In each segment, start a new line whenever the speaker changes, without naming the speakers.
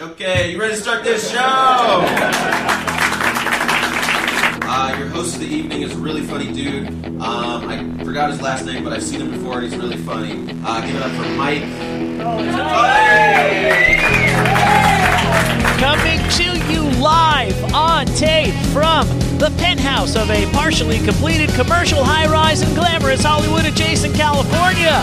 Okay, you ready to start this show? Uh, your host of the evening is a really funny dude. Um, I forgot his last name, but I've seen him before, and he's really funny. Uh, give it up for Mike.
Coming to you live on tape from the penthouse of a partially completed commercial high rise in glamorous Hollywood adjacent California.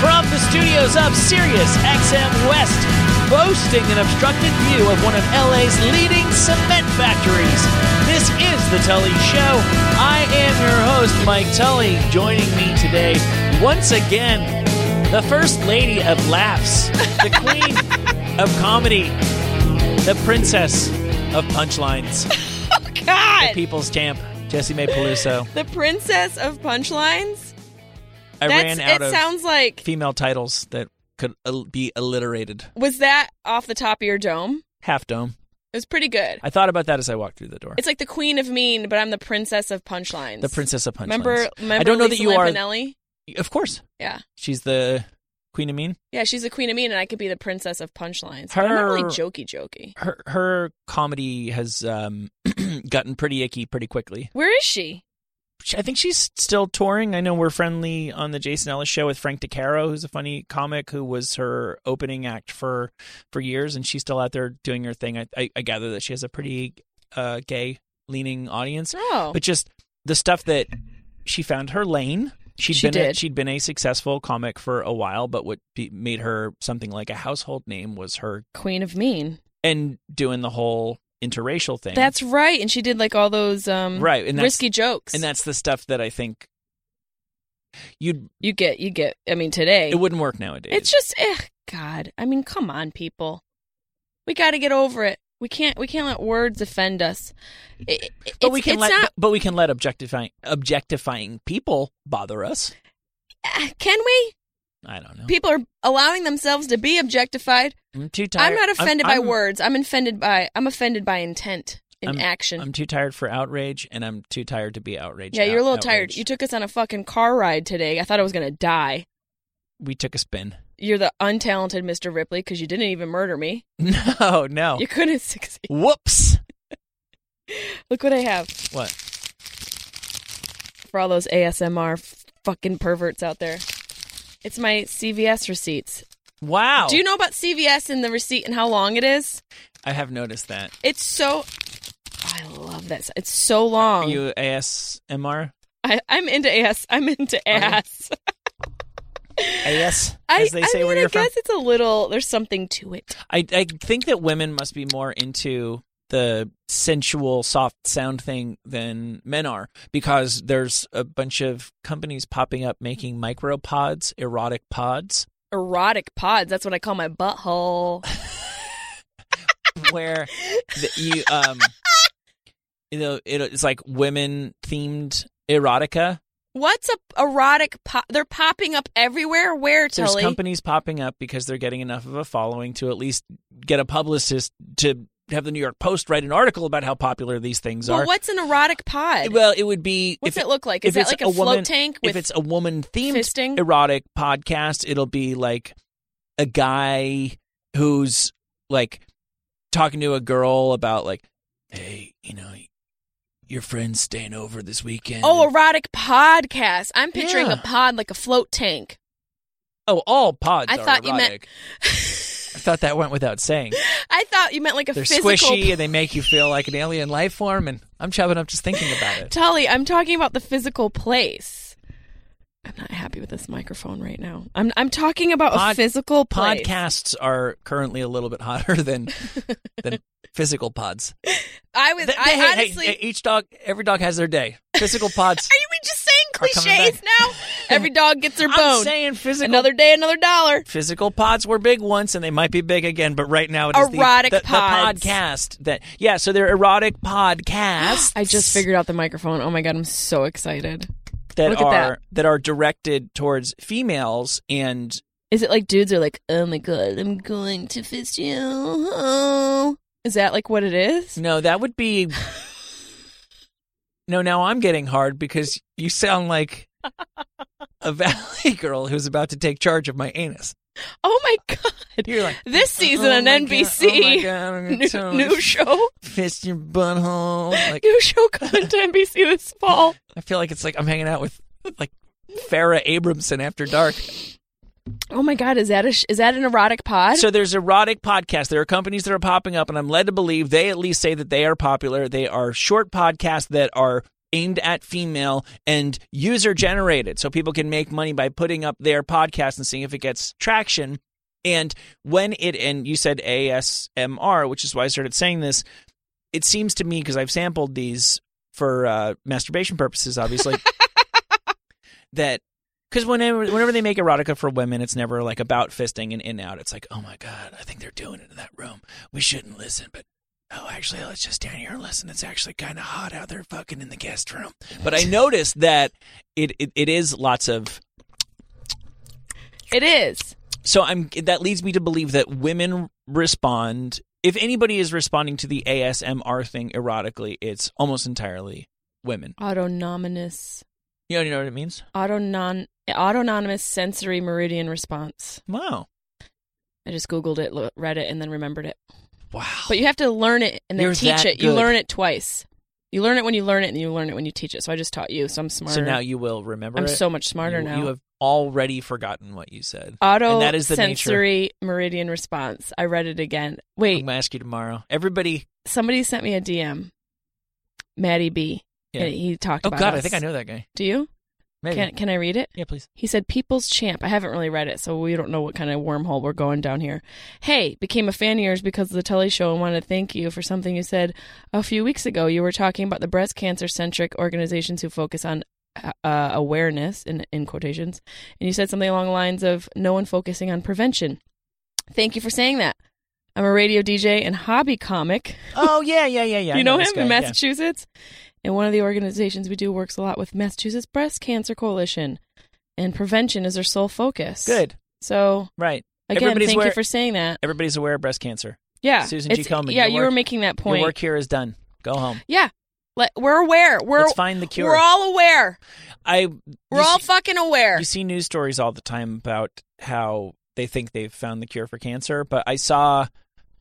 From the studios of Sirius XM West, boasting an obstructed view of one of LA's leading cement factories. This is The Tully Show. I am your host, Mike Tully. Joining me today, once again, the First Lady of Laughs, the Queen of Comedy, the princess of punchlines,
God,
people's champ, Jesse May Peluso.
the princess of punchlines.
I
That's
ran out
it.
of
Sounds like
female titles that could al- be alliterated.
was that off the top of your dome?
Half dome.
It was pretty good.
I thought about that as I walked through the door.
It's like the queen of mean, but I'm the princess of punchlines.
the princess of punchlines.
Remember, remember
I don't know
Lisa
that you
Lampanelli?
are. Of course,
Yeah,
she's the queen of mean.
yeah. She's the queen of mean, and I could be the princess of punchlines. But I'm not really
Her-
jokey, jokey.
Her her comedy has um, gotten pretty icky pretty quickly.
Where is she?
She- I think she's still touring. I know we're friendly on the Jason Ellis show with Frank DeCaro, who's a funny comic who was her opening act for for years, and she's still out there doing her thing. I I, I gather that she has a pretty uh, gay leaning audience,
Oh,
but just the stuff that she found her lane. she
She
been a-
did.
she'd been a successful comic for a while, but what be, made her something like a household name was her
queen of mean.
and doing the whole interracial thing.
That's right. And she did like all those um
Right, and that's-
risky jokes.
and that's the stuff that I think you'd
you get you get. I mean, today
it wouldn't work nowadays.
It's just, eh, God. I mean, come on, people. We got to get over it. We can't. We can't let words offend us. It- it-
but we
it's-
can
it's
let
not-
but we can let objectifying objectifying people bother us.
eh, can we?
I don't know.
People are allowing themselves to be objectified.
I'm too tired.
I'm not offended by
I'm-
words. I'm offended by. I'm offended by intent in
I'm-
action.
I'm too tired for outrage, and I'm too tired to be outraged.
yeah, you're a
Out-
little tired.
outraged.
You took us on a fucking car ride today. I thought I was gonna die.
we took a spin.
You're the untalented Mr. Ripley because you didn't even murder me.
No, no.
You couldn't succeed.
Whoops.
Look what I have
What?
for all those ASMR f- fucking perverts out there. It's my CVS receipts.
Wow.
Do you know about CVS and the receipt and how long it is?
I have noticed that.
It's so. I love that. It's so long.
You ASMR?
I, I'm into ass. I'm into ass.
AS,
I,
as they say
I mean,
where you're
I guess it's a little. There's something to it.
from. I, I think that women must be more into the sensual, soft sound thing than men are because there's a bunch of companies popping up making micro pods, erotic pods,
Erotic pods. That's what I call my butthole.
where the, you, um, you know, it, it's like women themed erotica.
What's a erotic pod? They're popping up everywhere. Where
there's
Tully?
companies popping up because they're getting enough of a following to at least get a publicist to have the New York Post write an article about how popular these things
well,
are.
what's an erotic pod?
Well, it would be
What's
if
it look like? Is
if
that
it's
like a
a
float
woman-
tank
If
with
it's a woman themed
fisting?
erotic podcast, it'll be like a guy who's like talking to a girl about like, hey, you know, your friend's staying over this weekend.
Oh, erotic podcast. I'm picturing
Yeah.
a pod like a float tank.
oh, all pods.
I
are
thought you meant-
erotic. I thought that went without saying.
I thought you meant like a
They're
physical.
squishy and they make you feel like an alien life form, and I'm chubbing up just thinking about it.
Tully, I'm talking about the physical place. I'm not happy with this microphone right now. I'm I'm talking about
Pod-
a physical place.
Podcasts are currently a little bit hotter than than physical pods.
I was
Th-
I
hey, hey,
honestly.
hey, each dog, every dog has their day. Physical pods.
Are we just saying
Are coming
cliches now? Every dog gets their
I'm
bone.
saying physical.
Another day, another dollar.
physical pods were big once, and they might be big again. But right now, it is the-
Erotic
the, the,
pods.
podcast that yeah. So they're erotic podcasts.
I just figured out the microphone. Oh my god, I'm so excited.
that
look at
are
that.
that are directed towards females and
Is it like dudes are like, oh my god, I'm going to fist you? Oh. Is that like what it is?
No, that would be. no, now I'm getting hard because you sound like a valley girl who's about to take charge of my anus.
Oh my god!
You're like
This season
"Oh
on
my God,
NBC,
oh my God, I'm
new,
so
new show,
fist your butthole. Like
new show coming to NBC this fall.
I feel like it's like I'm hanging out with like Farrah Abramson after dark.
Oh my god! Is that a sh- is that an erotic pod?
So there's erotic podcasts. There are companies that are popping up, and I'm led to believe they at least say that they are popular. They are short podcasts that are aimed at female and user generated. So people can make money by putting up their podcast and seeing if it gets traction. And when it, and you said ASMR, which is why I started saying this, it seems to me, because I've sampled these for uh, masturbation purposes, obviously, that because whenever whenever they make erotica for women, it's never like about fisting and in out. It's like, oh my god, I think they're doing it in that room. We shouldn't listen, but oh, actually, let's just stand here and listen. It's actually kind of hot out there, fucking in the guest room. But I noticed that it, it it is lots of.
it is.
So I'm that leads me to believe that women respond. If anybody is responding to the ASMR thing erotically, it's almost entirely women.
Autonomous,
You know, you know what it means?
autonon, autonomous sensory meridian response.
Wow,
I just googled it, lo- read it, and then remembered it.
wow.
But you have to learn it and then
You're
teach
that
it. You
good.
learn it twice. You learn it when you learn it, and you learn it when you teach it. So I just taught you, so I'm smarter.
so now you will remember.
I'm
it?
so much smarter
you,
now.
You have already forgotten what you said.
Auto
and that is the
sensory meridian response. I read it again.
I'm
Wait,
gonna ask you tomorrow. Everybody.
somebody sent me a DM. Maddie B.
Yeah.
And he talked
Oh
about
God, I
us.
think I know that guy.
Do you?
Maybe.
Can can I read it?
yeah, please.
He said, People's Champ. I haven't really read it, so we don't know what kind of wormhole we're going down here. Hey, became a fan of yours because of the telly show and wanted to thank you for something you said a few weeks ago. You were talking about the breast cancer centric organizations who focus on uh, awareness, in, in quotations, and you said something along the lines of no one focusing on prevention. Thank you for saying that. I'm a radio DJ and hobby comic
Oh yeah, yeah, yeah, yeah. I
you know,
this
him
guy,
in
yeah.
Massachusetts? And one of the organizations we do works a lot with Massachusetts Breast Cancer Coalition, and prevention is their sole focus.
Good.
So
Right.
again,
Everybody's
thank
aware-
you for saying that.
Everybody's aware of breast cancer.
Yeah,
Susan G.
it's,
Komen,
Yeah,
your
you were
work-
making that
Your
point.
work here is done. Go home.
Yeah, Let, we're aware. We're
Let's find the cure.
we're all aware.
I.
We're
you
all
See,
fucking aware.
you see news stories all the time about how they think they've found the cure for cancer, but I saw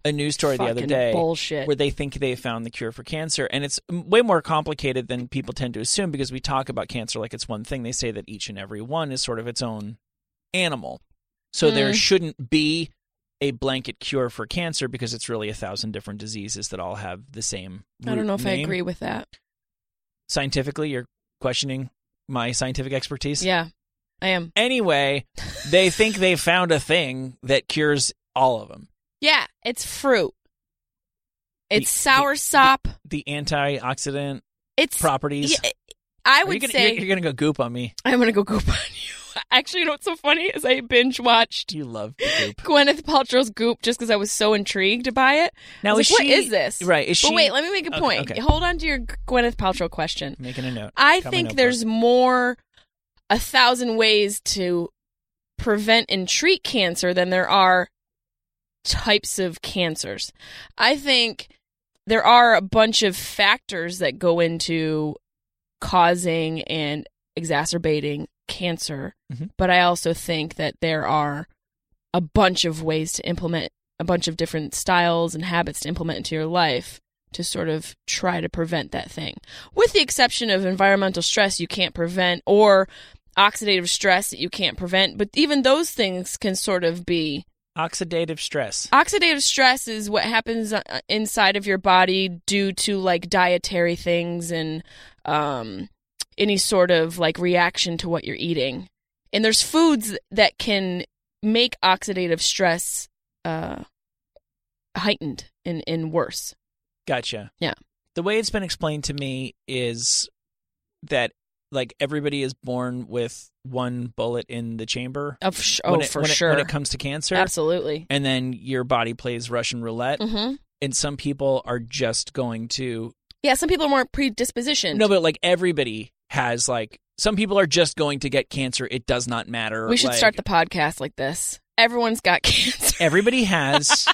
a news story the other
Fucking
day.
bullshit.
where they think they have found the cure for cancer. And it's m- way more complicated than people tend to assume because we talk about cancer like it's one thing. They say that each and every one is sort of its own animal. So there
Mm.
shouldn't be a blanket cure for cancer because it's really a thousand different diseases that all have the same.
I don't
root
know if I
name.
agree with that.
Scientifically, you're questioning my scientific expertise.
Yeah, I am.
Anyway, they think they found a thing that cures all of them.
Yeah, it's fruit. It's
The-
sour sop.
The antioxidant
It's
properties.
yeah, I
Are
would
you gonna,
say
you're, you're gonna go goop on me.
I'm gonna go goop on you. Actually, you know what's so funny is I binge watched
You love goop.
Gwyneth Paltrow's Goop just because I was so intrigued by it.
Now
I was
is
like,
she
what is this?
Right? Is she
but wait, let me make a
Okay,
point.
okay.
Hold on to your Gwyneth Paltrow question.
making a note?
I
Coming
think
up
there's more a thousand ways to prevent and treat cancer than there are types of cancers. I think there are a bunch of factors that go into causing and exacerbating cancer,
Mhm.
but I also think that there are a bunch of ways to implement a bunch of different styles and habits to implement into your life to sort of try to prevent that thing. With the exception of environmental stress you can't prevent or oxidative stress that you can't prevent, but even those things can sort of be
oxidative stress.
Oxidative stress is what happens uh, inside of your body due to like dietary things and um, any sort of like reaction to what you're eating. And there's foods that can make oxidative stress uh, heightened and, and worse.
Gotcha.
Yeah.
The way it's been explained to me is that like everybody is born with one bullet in the chamber.
Of sh-
when
oh,
it-
for
when it-
sure.
when it comes to cancer,
Absolutely.
and then your body plays Russian roulette,
hmm
and some people are just going to
Yeah, some people are more predispositioned.
no, but like everybody has like some people are just going to get cancer. It does not matter.
we should
like,
start the podcast like this. Everyone's got cancer.
Everybody has.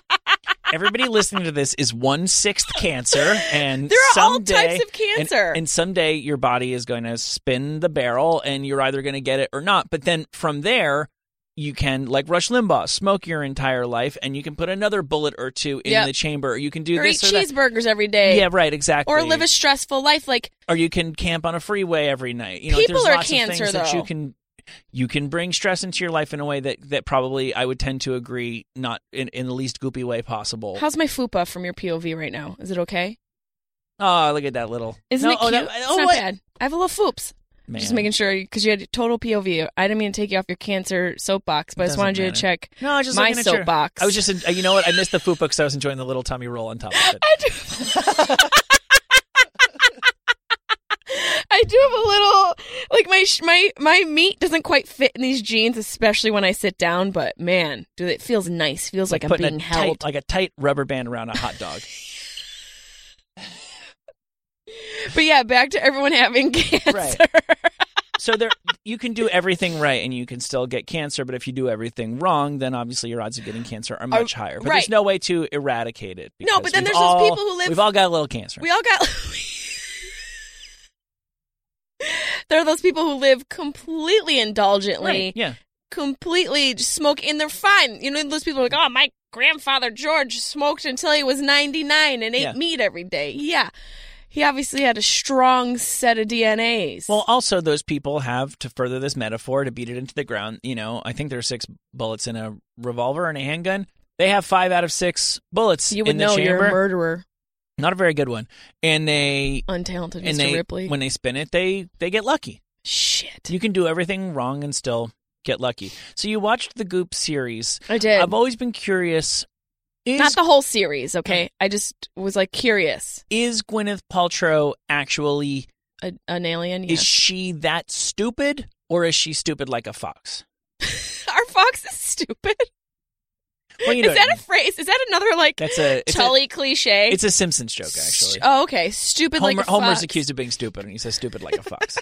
everybody listening to this is one sixth cancer, and
There are all
someday,
types of
and-
cancer.
And, someday your body is going to spin the barrel, and you're either going to get it or not. But then from there, you can like Rush Limbaugh smoke your entire life, and you can put another bullet or two in
Yep.
the chamber. You can do
or eat
this or that.
cheeseburgers every day.
Yeah, right, exactly.
Or live a stressful life. Like
or you can camp on a freeway every night. You know,
People
there's
are
lots
cancer,
of things that you
though.
can you can bring stress into your life in a way that that probably I would tend to agree not in, in the least goopy way possible.
how's my fupa from your POV right now? Is it okay?
oh, look at that little.
Isn't
No,
it
oh,
cute?
that-
it's
oh,
not
what?
bad. I have a little foops.
Man.
Just making sure because you had total POV. I didn't mean to take you off your cancer soapbox, but I just
Doesn't
wanted you to
matter.
check
No, I was just
my
looking at your-
soapbox.
I was just, en- you know what? I missed the fupa because I was enjoying the little tummy roll on top of it.
I do. I do have a little like my sh- my my meat doesn't quite fit in these jeans, especially when I sit down. But man, dude, it feels nice. Feels like, I'm
Putting
being
a
held.
tight, like a tight rubber band around a hot dog.
But yeah, back to everyone having cancer.
so there, you can do everything right and you can still get cancer. But if you do everything wrong, then obviously your odds of getting cancer are much higher. But
right.
there's no way to eradicate it.
No, but
because
then
we've
there's those
all-
people who live-
We've all got a little cancer.
We all got. there are those people who live completely indulgently.
Right, yeah.
completely just smoke and they're fine. You know, those people are like, oh, my grandfather George smoked until he was 99 and ate
Yeah.
meat every day. Yeah. He obviously had a strong set of DNAs.
Well, also those people have to further this metaphor to beat it into the ground. You know, I think there are six bullets in a revolver and a handgun. They have five out of six bullets
you would
in the
know
chamber.
you're a murderer,
Not a very good one. And they
untalented
and
Mr.
they
Ripley.
when they spin it, they they get lucky.
Shit.
You can do everything wrong and still get lucky. So you watched the Goop series.
I did.
I've always Hmm. been curious. Is
Not the whole series, okay? I just was like curious.
is Gwyneth Paltrow actually
A, an alien?
is
Yes.
she that stupid or is she stupid like a fox?
Our fox is stupid.
Well, you know
is
what I
that a
mean.
phrase? Is that another like
that's a it's,
Tully cliche?
a, it's a Simpsons joke
Stu-
actually.
Oh, okay. Stupid
Homer,
like a
Homer's
fox.
accused of being stupid, and he says stupid like a fox.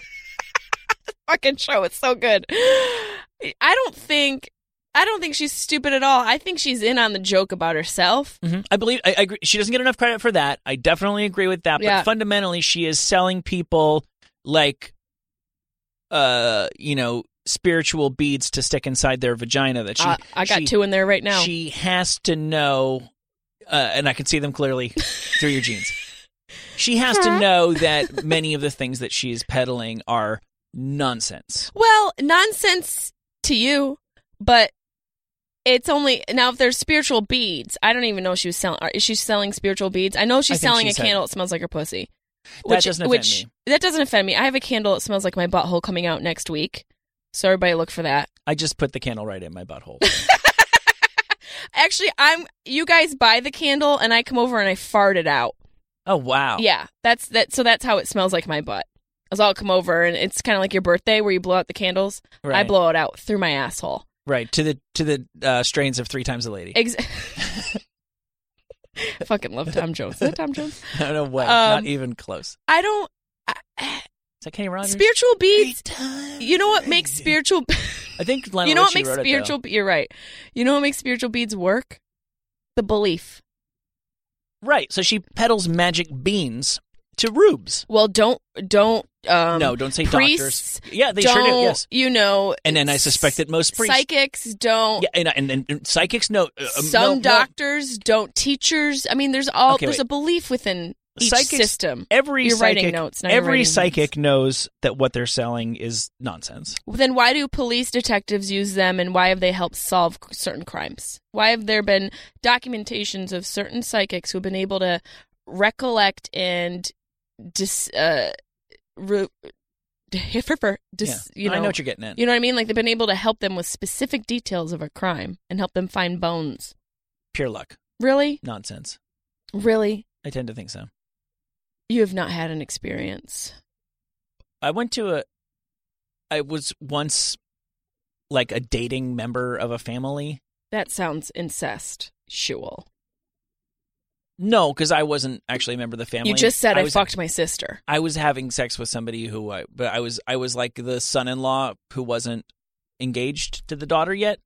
fucking show. It's so good. I don't think I don't think she's stupid at all. I think she's in on the joke about herself.
Mhm. I believe I, I agree. she doesn't get enough credit for that. I definitely agree with that.
Yeah.
But fundamentally, she is selling people like, uh, you know, spiritual beads to stick inside their vagina. That she,
Uh, I got
she,
two in there right now.
She has to know, uh, and I can see them clearly through your jeans. She has to know that many of the things that she is peddling are nonsense.
well, nonsense to you, but it's only now if there's spiritual beads. I don't even know if she was selling. Is she selling spiritual beads? I know
I
she's
think
selling
she
a
said-
candle that smells like her pussy.
That doesn't offend
which,
me.
That doesn't offend me. I have a candle that smells like my butthole coming out next week. So everybody look for that.
I just put the candle right in my butthole.
Actually, I'm you guys buy the candle and I come over and I fart it out.
oh wow!
Yeah, that's that. So that's how it smells like my butt. As I'll come over, and it's kind of like your birthday where you blow out the candles. I
Right.
blow it out through my asshole.
Right to the to the uh, strains of three times a lady.
Ex- I fucking love Tom Jones. Is that Tom Jones?
no way,
um,
not even close.
I don't. I,
Is that Kenny Rogers?
spiritual beads.
times.
You know what makes spiritual?
I think Lionel
you know what
Richie
makes
wrote it, though.
spiritual? You're right. You know what makes spiritual beads work? The belief.
right. So she peddles magic beans to rubes.
Well, don't don't. Um,
no, don't say
priests
doctors. Yeah, they
don't,
sure do. Yes.
You know.
And then I suspect that most priests.
psychics don't.
yeah, and, and, and, and psychics. No, uh, um,
some
no, no.
doctors don't teachers i mean there's all
Okay,
there's
wait.
a belief within each
Psychics-
system
Every
You're
psychic,
writing notes, now you're
every
writing
psychic knows that what they're selling is nonsense.
then why do police detectives use them and why have they helped solve c- certain crimes why have there been documentations of certain psychics who've been able to recollect and dis uh re- dis,
yeah.
you
I
know,
know what you're getting at.
you know what i mean like they've been able to help them with specific details of a crime and help them find bones
Pure luck,
really
nonsense.
really
I tend to think so.
you have not had an experience
I went to a. I was once like a dating member of a family.
That sounds incestual.
No, because I wasn't actually a member of the family.
You just said I,
was,
fucked my sister.
I was having sex with somebody who I, but I was, I was like the son-in-law who wasn't engaged to the daughter yet.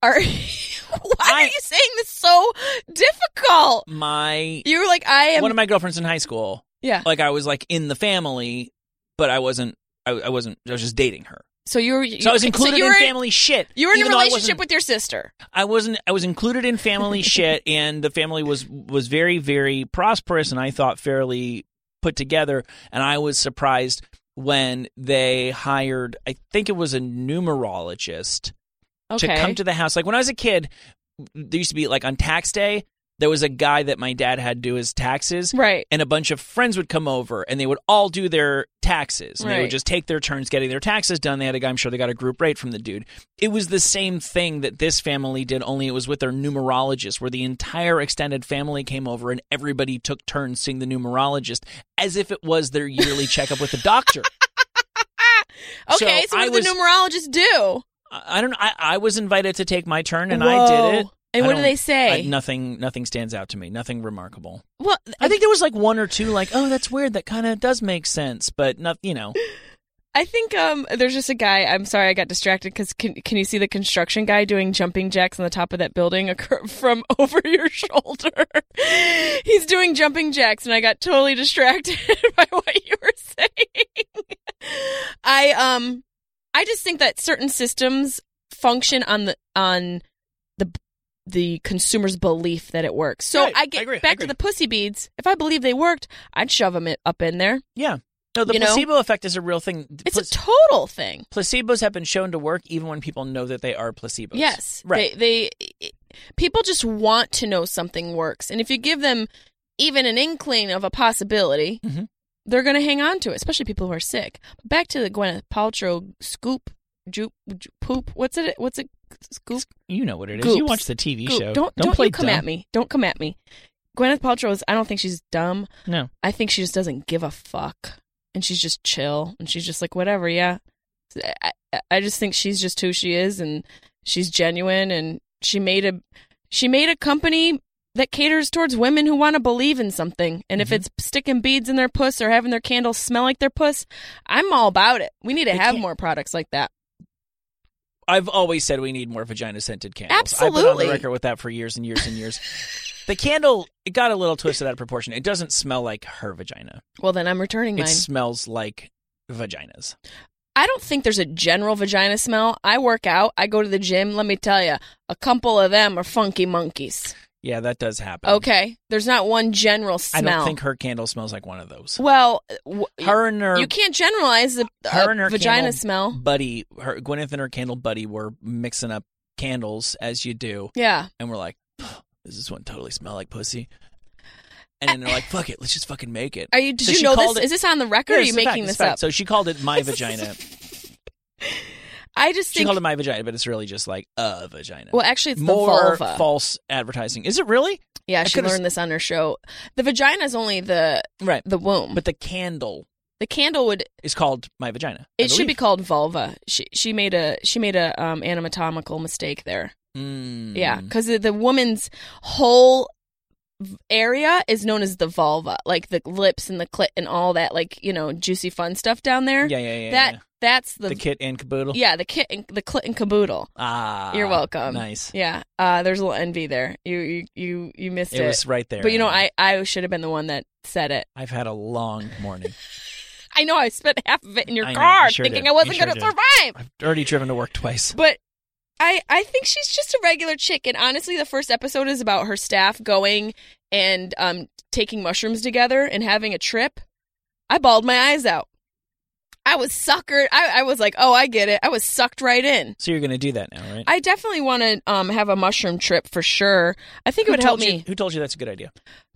Are why are
I-
you saying this so difficult?
My
You were like, I am.
one of my girlfriends in high school,
yeah.
like I was like in the family, but I wasn't. I, I wasn't. I was just dating her.
So you were. You,
So I was included
you
in
were-
family shit.
You were in a
even though I
relationship
wasn't-
with your sister.
I wasn't. I was included in family shit, and the family was was very very prosperous, and I thought fairly put together. And I was surprised when they hired. I think it was a numerologist
Okay.
to come to the house. Like when I was a kid, there used to be like on tax day, there was a guy that my dad had do his taxes.
right.
And a bunch of friends would come over and they would all do their taxes. And they
Right.
would just take their turns getting their taxes done. They had a guy, I'm sure they got a group rate from the dude. It was the same thing that this family did, only it was with their numerologist, where the entire extended family came over and everybody took turns seeing the numerologist as if it was their yearly checkup with the doctor. So
Okay. So,
I
what did
was-
the numerologist do?
I I don't know. I, I was invited to take my turn and I did it.
Whoa. And
I
what do
don't-
they say?
I- nothing. Nothing stands out to me. Nothing remarkable.
well,
I think there was like one or two, like, oh, that's weird. That kind of does make sense, but not, you know.
I think um, there's just a guy. I'm sorry, I got distracted because can, can you see the construction guy doing jumping jacks on the top of that building acro- from over your shoulder? He's doing jumping jacks, and I got totally distracted by what you were saying. I um, I just think that certain systems function on the on the the consumer's belief that it works. So
Right,
I
I
get
agree, I
back
agree.
to the pussy beads. If I believe they worked, I'd shove them up in there.
Yeah. No, the
You know?
placebo effect is a real thing.
It's
Pla-
a total thing.
placebos have been shown to work even when people know that they are placebos.
Yes,
Right.
They, they people just want to know something works, and if you give them even an inkling of a possibility,
Mhm.
they're going to hang on to it. Especially people who are sick. Back to the Gwyneth Paltrow scoop, jupe, ju- poop. What's it? What's it? Scoop.
you know what it is. You
Goops.
watch the TV
scoop.
show.
Don't don't,
play
you come
dumb.
at me. Don't come at me. Gwyneth Paltrow is. I don't think she's dumb.
No.
I think she just doesn't give a fuck, and she's just chill, and she's just like whatever. Yeah, I, I- I just think she's just who she is, and she's genuine, and she made a she made a company that caters towards women who want to believe in something. And if
Mhm.
it's sticking beads in their puss or having their candles smell like their puss, I'm all about it. We need to
They
have
can't-
more products like that.
I've always said we need more vagina scented candles. I've been on
Absolutely.
the record with that for years and years and years. the candle, it got a little twisted out of proportion. It doesn't smell like her vagina.
Well, then I'm returning mine.
It smells like vaginas.
I don't think there's a general vagina smell. I work out. I go to the gym. Let me tell you, a couple of them are funky monkeys.
Yeah, that does happen.
Okay, there's not one general
I
smell.
don't think her candle smells like one of those.
Well, w-
Her and her
you can't generalize the
her
uh,
and her
vagina
candle-
smell.
buddy, her Gwyneth and her candle buddy were mixing up candles as you do,
Yeah,
and we're like, does this one totally smell like pussy? And then they're like, fuck it, let's just fucking make it.
are you? Did
So
you
she
know this?
called
Is
it-
this on the record?
Yeah,
or are
it's
you
a fact,
making
it's
this
a fact.
up?
So she called it my vagina.
I just
She
think.
called it my vagina, but it's really just like a vagina.
well, actually, it's
More
the vulva.
false advertising. Is it really?
yeah,
I
she
could've-
learned this on her show. The vagina is only the
Right.
the womb,
But the candle
the candle would
is called my vagina. I
it should be
believe.
called vulva. She she made a she made a um, anatomical mistake there.
Mm.
Yeah, because the woman's whole v- area is known as the vulva, like the lips and the clit and all that, like you know, juicy fun stuff down there.
Yeah, yeah, yeah.
that
yeah.
that's the,
The, kit and caboodle.
yeah the kit and the clit and caboodle.
Ah.
You're welcome.
Nice.
Yeah, uh, there's a little envy there. You you you you missed it,
It was right there.
but you know, I I should have been the one that said it.
I've had a long morning.
I know I spent half of it in your
I know, you
car
sure
thinking
did.
I wasn't
You sure
going to
did.
survive.
I've already driven to work twice.
But I I think she's just a regular chick. And honestly, the first episode is about her staff going and um taking mushrooms together and having a trip. I bawled my eyes out. I was suckered. I, I was like, oh, I get it. I was sucked right in.
So you're going to do that now, right?
I definitely want to um, have a mushroom trip for sure. I think it
who
would help
told you-
me.
who told you that's a good idea?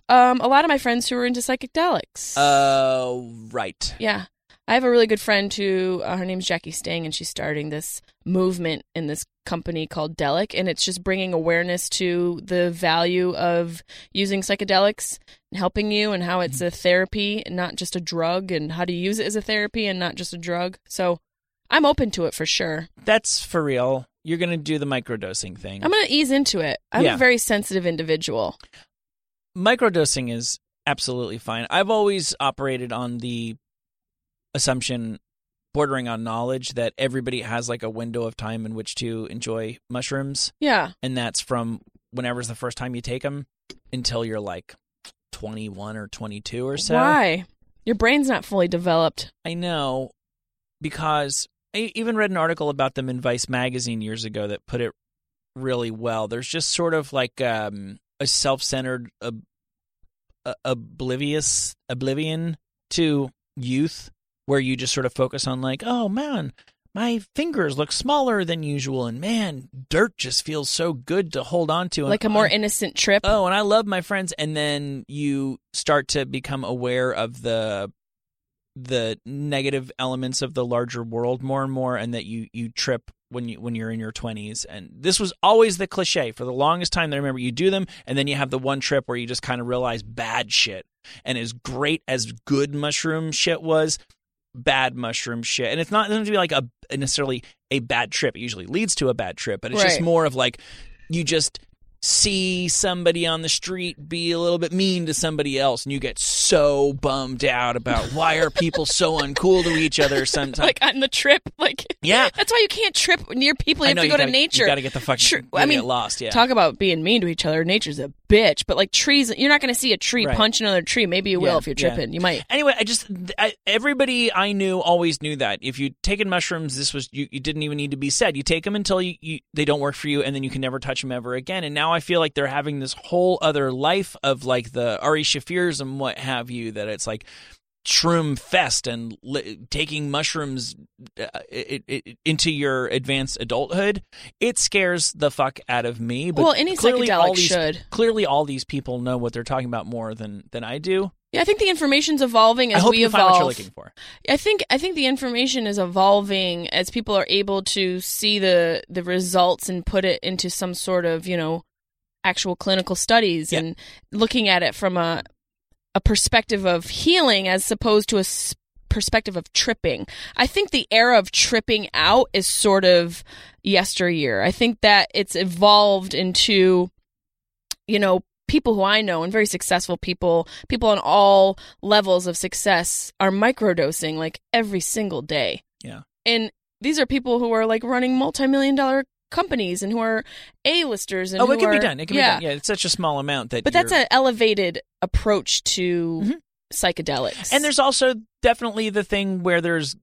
Um, a lot of my friends who are into psychedelics.
Uh, right.
Yeah. I have a really good friend who uh, her name's Jackie Stang, and she's starting this movement in this company called Delic, and it's just bringing awareness to the value of using psychedelics and helping you, and how it's
Mm-hmm.
a therapy, and not just a drug, and how to use it as a therapy and not just a drug. So I'm open to it for sure.
That's for real. You're going to do the microdosing thing.
I'm going to ease into it. I'm
Yeah.
a very sensitive individual.
microdosing is absolutely fine. I've always operated on the assumption bordering on knowledge that everybody has like a window of time in which to enjoy mushrooms
Yeah.
and that's from whenever's the first time you take them until you're like 21 or 22 or so.
Why? Your brain's not fully developed.
I know because I even read an article about them in Vice magazine years ago that put it really well. There's just sort of like um, a self-centered, ob- uh, oblivious oblivion to youth, where you just sort of focus on like, oh man, my fingers look smaller than usual, and man, dirt just feels so good to hold on to. and
Like a more
I'm-
innocent trip.
oh, and I love my friends, and then you start to become aware of the the negative elements of the larger world more and more, and that you you trip when you when you're in your twenties. And this was always the cliche for the longest time. That I remember you do them, and then you have the one trip where you just kind of realize bad shit. And as great as good mushroom shit was, bad mushroom shit. And it's not going to be like a necessarily a bad trip. It usually leads to a bad trip, but it's just
Right.
more of like you just see somebody on the street be a little bit mean to somebody else and you get so bummed out about why are people so uncool to each other sometimes.
like on the trip. Like
Yeah.
that's why you can't trip near people.
I
You have
know
to
you
go
gotta,
to nature.
You got to get the fuck
Sure.
you
I
gotta
mean,
get lost, yeah.
Talk about being mean to each other. Nature's a bitch, but like trees, you're not going to see a tree
Right.
punch another tree. Maybe you will
Yeah,
if you're
yeah.
tripping. You might.
Anyway, I just th- I, everybody I knew always knew that if you'd taken mushrooms, this was you, you didn't even need to be said. You take them until you, you they don't work for you, and then you can never touch them ever again. And now I feel like they're having this whole other life of like the Ari Shafir's and what have you. That it's like shroom fest and li- taking mushrooms uh, it, it, it- into your advanced adulthood. It scares the fuck out of me. But
well, any
clearly all
psychedelic
these,
should.
Clearly, all these people know what they're talking about more than than I do.
Yeah, I think the information's evolving
I
as
hope
we
you
evolve.
find what you're looking for.
I think I think the information is evolving as people are able to see the the results and put it into some sort of you know actual clinical studies
Yeah.
and looking at it from a a perspective of healing as opposed to a s- perspective of tripping. I think the era of tripping out is sort of yesteryear. I think that it's evolved into you know people who I know and very successful people, people on all levels of success are microdosing like every single day.
Yeah.
And these are people who are like running multi-million dollar companies and who are A-listers and
Oh, it
who
can be
are-
done. It can
yeah.
be done. Yeah, it's such a small amount that.
But that's
you're-
an elevated approach to
Mhm.
psychedelics.
And there's also definitely the thing where there's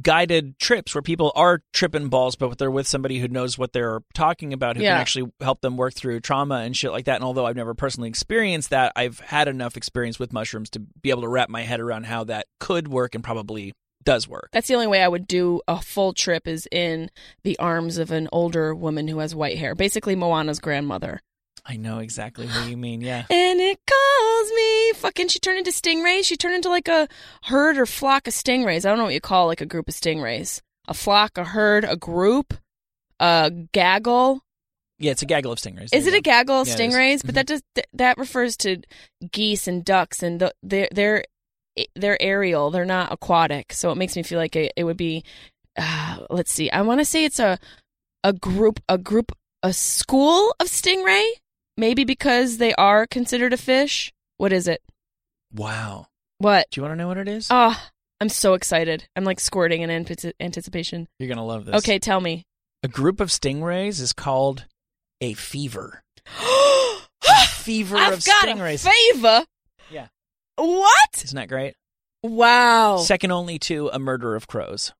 guided trips where people are tripping balls, but they're with somebody who knows what they're talking about, who
Yeah.
can actually help them work through trauma and shit like that. And although I've never personally experienced that, I've had enough experience with mushrooms to be able to wrap my head around how that could work and probably does work.
that's the only way I would do a full trip is in the arms of an older woman who has white hair, basically Moana's grandmother.
I know exactly what you mean. Yeah.
And it calls me. Fucking, she turned into stingrays. She turned into like a herd or flock of stingrays. I don't know what you call like a group of stingrays. A flock, a herd, a group, a gaggle.
Yeah, it's a gaggle of stingrays.
Is
There
it a
you go.
gaggle of
Yeah, it is. Mm-hmm.
stingrays? But that does th- that refers to geese and ducks, and the, they're they're they're aerial. They're not aquatic, so it makes me feel like it, it would be. Uh, let's see. I want to say it's a a group a group a school of stingray. Maybe because they are considered a fish. What is it?
Wow.
What?
Do you want to know what it is?
Oh, I'm so excited. I'm like squirting in antici- anticipation.
You're going to love this.
Okay, tell me.
A group of stingrays is called a fever. A fever of
I've got
stingrays.
a favor.
Yeah.
What?
Isn't that great?
Wow.
Second only to a murder of crows.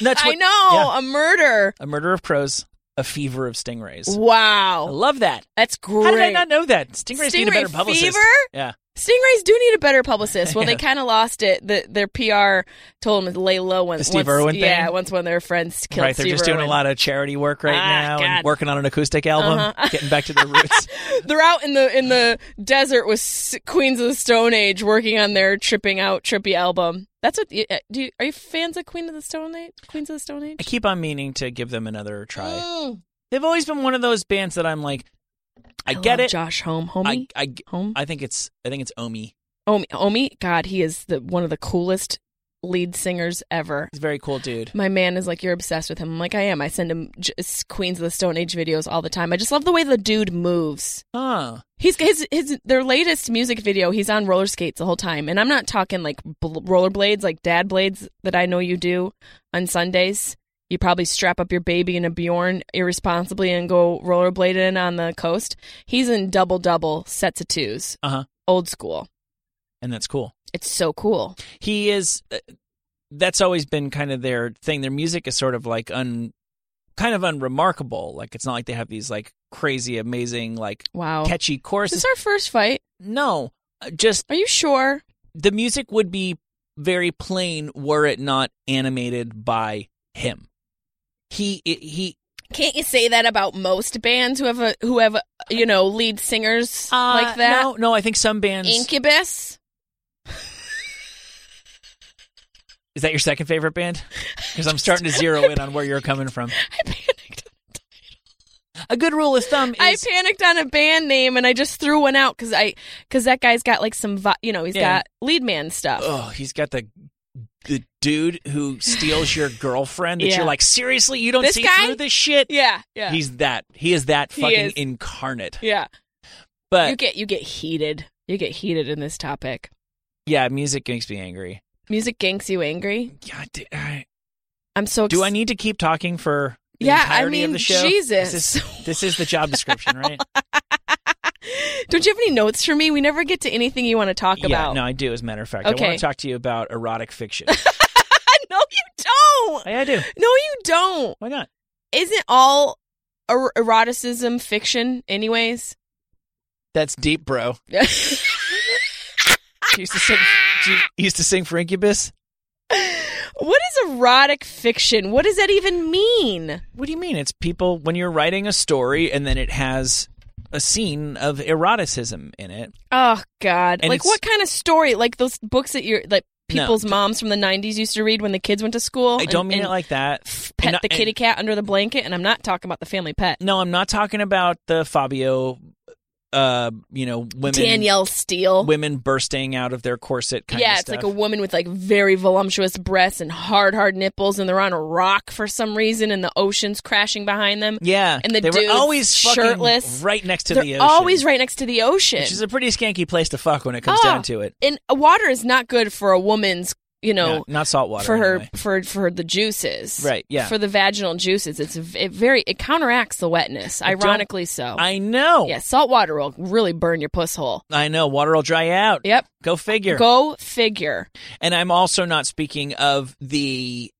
That's
Oh. I
what,
know a murder.
a murder of crows, a fever of stingrays. I
Wow,
love that.
that's great.
How did I not know that? Stingrays need a
Stingray
better publicist.
fever?
Yeah.
Stingrays do need a better publicist. Well,
Yeah.
they kind of lost it. The, their PR told them to lay low when
The Steve
once,
Irwin
Yeah,
thing?
once one of their friends killed.
Right, they're
Steve
just doing
Irwin.
a lot of charity work right
Ah,
now
God.
and working on an acoustic album,
Uh-huh.
getting back to their roots.
They're out in the in the desert with s- Queens of the Stone Age, working on their tripping out trippy album. That's what. you- uh, Do you, are you fans of Queen of the Stone Age? Queens of the Stone
I
Age.
keep on meaning to give them another try.
Mm.
They've always been one of those bands that I'm like, I, get
love
it.
Josh Home,
I,
homie,
I,
home.
I think it's I think it's Omi.
Omi, Omi, God, he is the one of the coolest lead singers ever.
He's a very cool dude.
My man is like, you're obsessed with him. I'm like, I am. I send him just Queens of the Stone Age videos all the time. I just love the way the dude moves.
Huh.
He's his his their latest music video. He's on roller skates the whole time, and I'm not talking like bl- roller blades, like dad blades that I know you do on Sundays. You probably strap up your baby in a Bjorn irresponsibly and go rollerblading on the coast. He's in double double sets of twos,
Uh huh.
old school.
And that's cool.
It's so cool.
He is. uh, that's always been kind of their thing. Their music is sort of like un, kind of unremarkable. Like it's not like they have these like crazy, amazing, like
Wow.
catchy
Is
choruses.
this our first fight?
no, uh, just
Are you sure?
the music would be very plain were it not animated by him. He it, he
Can't you say that about most bands who have a who have a, you know lead singers
uh,
like that?
No, no, I think some bands.
Incubus.
Is that your second favorite band? Because I'm starting to zero in on where you're coming from.
I panicked.
A good rule of thumb
I
is
panicked on a band name and I just threw one out because I because that guy's got like some vi- you know he's
Yeah.
got lead man stuff.
oh, he's got the the dude who steals your girlfriend that
Yeah.
you're like seriously you don't
This
see
guy?
through this shit.
Yeah, yeah,
He's that. He is that
He
fucking
is.
incarnate.
yeah.
But
you get you get heated. You get heated in this topic.
yeah, music makes me angry.
Music ganks you angry.
God, do I,
I'm so. Ex-
do I need to keep talking for the
Yeah, I
entirety of
mean,
the show?
Jesus.
This is, this is the job description, right?
Don't you have any notes for me? We never get to anything you want to talk
yeah,
about.
no, I do. As a matter of fact, I
Okay.
want to talk to you about erotic fiction. Oh,
no, you don't.
yeah, I do.
No, you don't.
Why not?
Isn't all er- eroticism fiction, anyways?
That's deep, bro. She used to sing. She used to sing for Incubus.
What is erotic fiction? What does that even mean?
What do you mean? It's people when you're writing a story and then it has a scene of eroticism in it.
Oh God!
And
like
it's-
what kind of story? Like those books that your like
No.
people's moms from the '90s used to read when the kids went to school.
I don't
and-
mean
and
it like that.
f- pet
and I-
the kitty cat under the blanket, and I'm not talking about the family pet.
No, I'm not talking about the Fabio. Uh, you know, women
Danielle Steele.
women bursting out of their corset kind
yeah,
of
it's
stuff.
like a woman with like very voluptuous breasts and hard, hard nipples, and they're on a rock for some reason, and the ocean's crashing behind them.
yeah,
and the
they were
dude's
always fucking
shirtless.
right next to
they're
the ocean.
always right next to the ocean.
which is a pretty skanky place to fuck when it comes
Ah,
down to it.
and water is not good for a woman's, you know,
No, not salt water
for her
anyway.
for for the juices,
Right, yeah.
for the vaginal juices. It's v- it very it counteracts the wetness,
don't-
ironically so.
I know.
yeah, salt water will really burn your puss hole.
I know. Water will dry out.
Yep.
Go figure.
Go figure.
And I'm also not speaking of the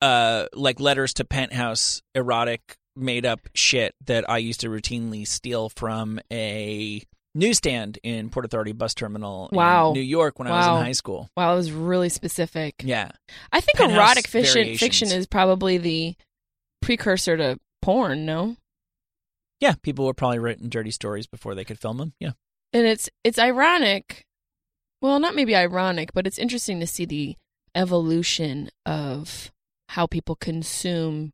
uh like letters to penthouse erotic made up shit that I used to routinely steal from a newsstand in Port Authority bus terminal
Wow.
in New York when I was
Wow.
in high school.
Wow, that was really specific.
Yeah.
I think
Penthouse
erotic fiction
variations.
fiction is probably the precursor to porn, no?
Yeah, people were probably writing dirty stories before they could film them. Yeah.
And it's it's ironic. Well, not maybe ironic, but it's interesting to see the evolution of how people consume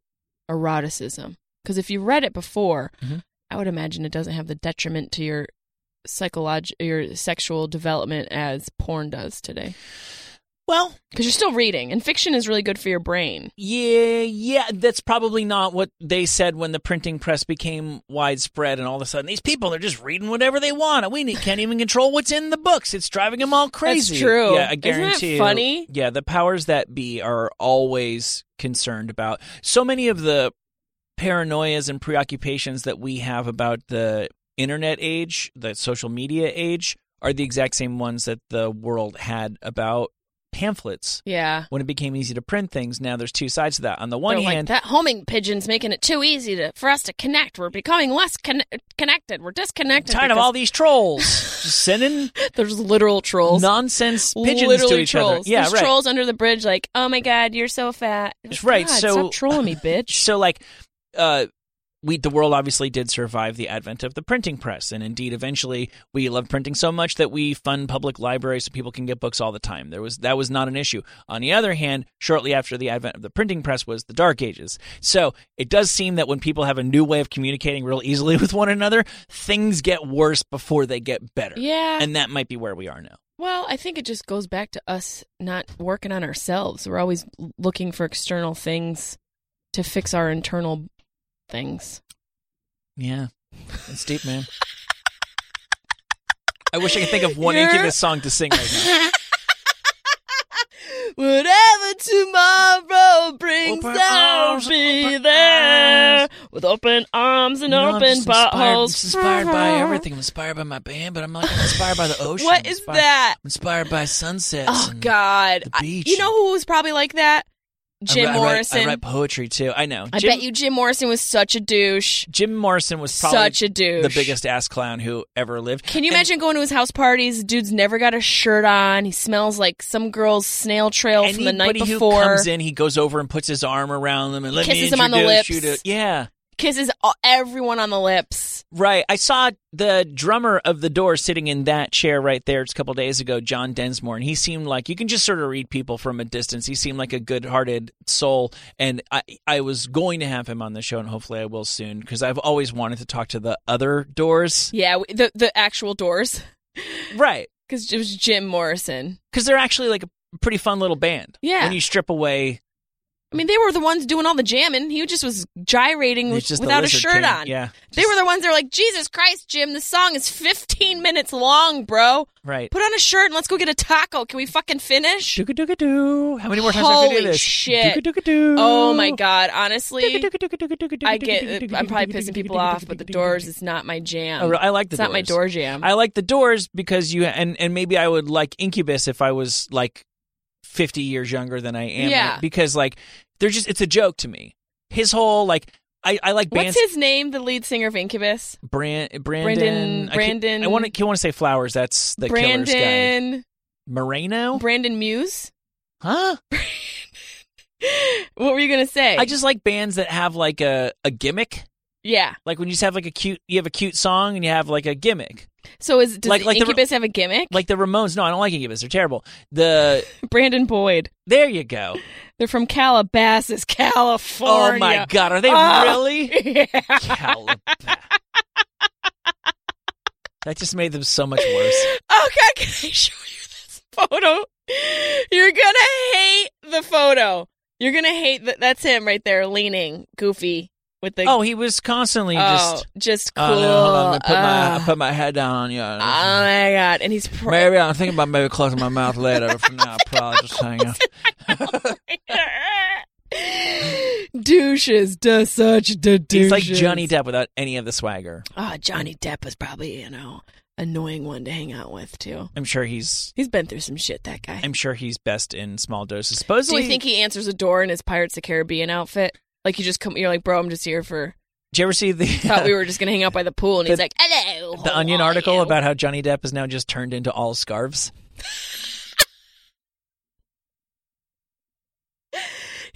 eroticism. Because if you read it before,
Mhm.
I would imagine it doesn't have the detriment to your psycholog your sexual development as porn does today.
Well,
Because you're still reading, and fiction is really good for your brain.
yeah, yeah, that's probably not what they said when the printing press became widespread and all of a sudden these people are just reading whatever they want and we need- can't even control what's in the books. It's driving them all crazy.
true.
Yeah, I
Isn't that
guarantee you-
funny?
Yeah, the powers that be are always concerned about so many of the paranoias and preoccupations that we have about the internet age, the social media age are the exact same ones that the world had about pamphlets
Yeah.
when it became easy to print things, now there's two sides to that. On the one
They're
hand,
like that homing pigeon's making it too easy to for us to connect. We're becoming less con- connected. We're disconnected.
tired of
because
all these trolls just sending
There's literal trolls.
nonsense pigeons
Literally
to each
trolls.
other. Yeah,
There's
right.
trolls under the bridge, like, oh my god, you're so fat. Like,
Right,
God,
so-
stop trolling me, bitch.
So like, uh, we the world obviously did survive the advent of the printing press, and indeed, eventually, we love printing so much that we fund public libraries so people can get books all the time. There was that was not an issue. On the other hand, shortly after the advent of the printing press was the Dark Ages. So it does seem that when people have a new way of communicating real easily with one another, things get worse before they get better.
Yeah.
and that might be where we are now.
well, I think it just goes back to us not working on ourselves. We're always l- looking for external things to fix our internal things.
Yeah, it's deep, man. I wish I could think of one
You're-
Incubus song to sing right now.
Whatever tomorrow brings,
Open
I'll
arms,
be
open
there.
arms.
with open arms and
No, I'm
open
just inspired-
buttholes.
just inspired by everything. I'm inspired by my band, but I'm like I'm inspired by the ocean.
What
I'm
is
inspired-
that?
I'm inspired by sunsets.
Oh
and-
God!
the
I-
beach.
you know who was probably like that?
I
Jim
write- I write-
Morrison.
I write poetry too. I know.
I
Jim,
bet you Jim Morrison was such a douche.
Jim Morrison was probably
Such a douche.
the biggest ass clown who ever lived.
Can you
And-
imagine going to his house parties? Dude's never got a shirt on. He smells like some girl's snail trail from the night
Anybody who
before.
comes in, he goes over and puts his arm around them and let me
Kisses them on the
introduce you
lips.
to- yeah.
Kisses all- everyone on the lips.
Right. I saw the drummer of the door sitting in that chair right there just a couple days ago, John Densmore, and he seemed like you can just sort of read people from a distance. He seemed like a good hearted soul. And I, I was going to have him on the show, and hopefully I will soon, because I've always wanted to talk to the other doors.
Yeah, w- the the actual Doors,
Right.
because it was Jim Morrison.
Because they're actually like a pretty fun little band.
Yeah.
When you strip away
I mean, they were the ones doing all the jamming. He just was gyrating with,
it's just the
without a
Lizard
shirt
King.
on.
Yeah.
They were the ones that were like, Jesus Christ, Jim, this song is 15 minutes long, bro.
Right.
Put on a shirt and let's go get a taco. Can we fucking finish?
Dooka dooka doo. How many more times do I have to do
Holy
this?
shit.
Dooka dooka doo.
Oh my God. Honestly, I
I
get, I'm probably pissing people off, but the doors is not my jam.
Oh, I like the
It's not my
Doors.
door jam.
I like the Doors because you and and maybe I would like Incubus if I was like 50 years younger than I am.
Yeah.
Because like they're just it's a joke to me. His whole like I, I like bands
What's his name, the lead singer of Incubus?
Bran,
Brandon-
Brandon I can't-
Brandon-
I want to want to say Flowers. That's the killer's guy.
Brandon.
Moreno.
Brandon Muse?
Huh?
What were you going to say?
I just like bands that have like a a gimmick.
Yeah.
Like when you just have like a cute you have a cute song and you have like a gimmick.
So is does
Like- like the-
Incubus have a gimmick?
Like the Ramones. No, I don't like Incubus. They're terrible. The
Brandon Boyd.
there you go.
They're from Calabasas, California.
Oh my god, are they
Oh.
really?
Yeah.
Calabas- that just made them so much worse.
Oh god, can I show you this photo? You're gonna hate the photo. You're gonna hate that. That's him right there, leaning, goofy, with the
Oh, he was constantly
oh,
just
just cool.
Oh, no, hold on, let me put my
Uh,
I put my head down, yeah.
oh my god, and he's pro-
Maybe I'm thinking about maybe closing my mouth later. But for now, I probably just hang out.
douches, does such the douches.
He's like Johnny Depp without any of the swagger.
Oh, Johnny Depp was probably you know annoying one to hang out with too.
I'm sure he's
He's been through some shit. That guy.
I'm sure he's best in small doses.
Do
Supposedly,
you think he answers a door in his Pirates of the Caribbean outfit? Like you just come, you're like, bro, I'm just here for.
did you ever see the
Thought we were just gonna hang out by the pool, and he's
The-
like, hello.
the
how
Onion
Oh, are
article
you?"
about how Johnny Depp is now just turned into all scarves?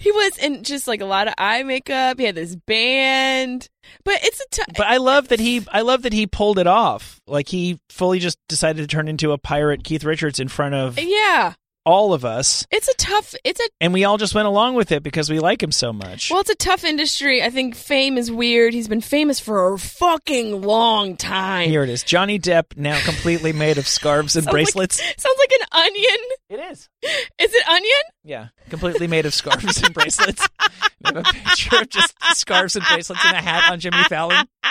He was in just like a lot of eye makeup. He had this band, but it's a t-
But I love that he I love that he pulled it off. Like he fully just decided to turn into a pirate Keith Richards in front of
yeah,
all of us
it's a tough. It's a
and we all just went along with it because we like him so much.
well, it's a tough industry. I think fame is weird. He's been famous for a fucking long time.
Here it is. Johnny Depp now completely made of scarves and
Sounds like-
bracelets.
Sounds like an onion.
it is.
Is it onion?
Yeah. Completely made of scarves and bracelets. We have a picture of just scarves and bracelets and a hat on Jimmy Fallon.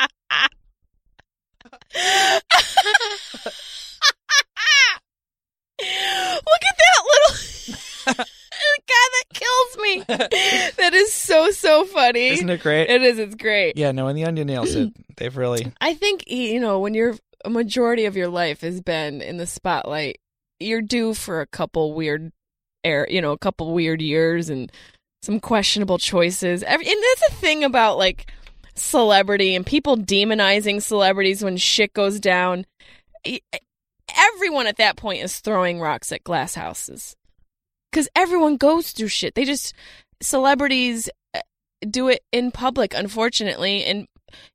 Look at that little. God, that kills me. That is so so funny.
Isn't it great?
It is. It's great.
yeah, no, and the onion nails it. They've really
I think you know when you're a majority of your life has been in the spotlight, you're due for a couple weird air, you know, a couple weird years and some questionable choices. Every, and that's a thing about like celebrity and people demonizing celebrities when shit goes down. E- Everyone at that point is throwing rocks at glass houses because everyone goes through shit. They just celebrities uh, do it in public, unfortunately, and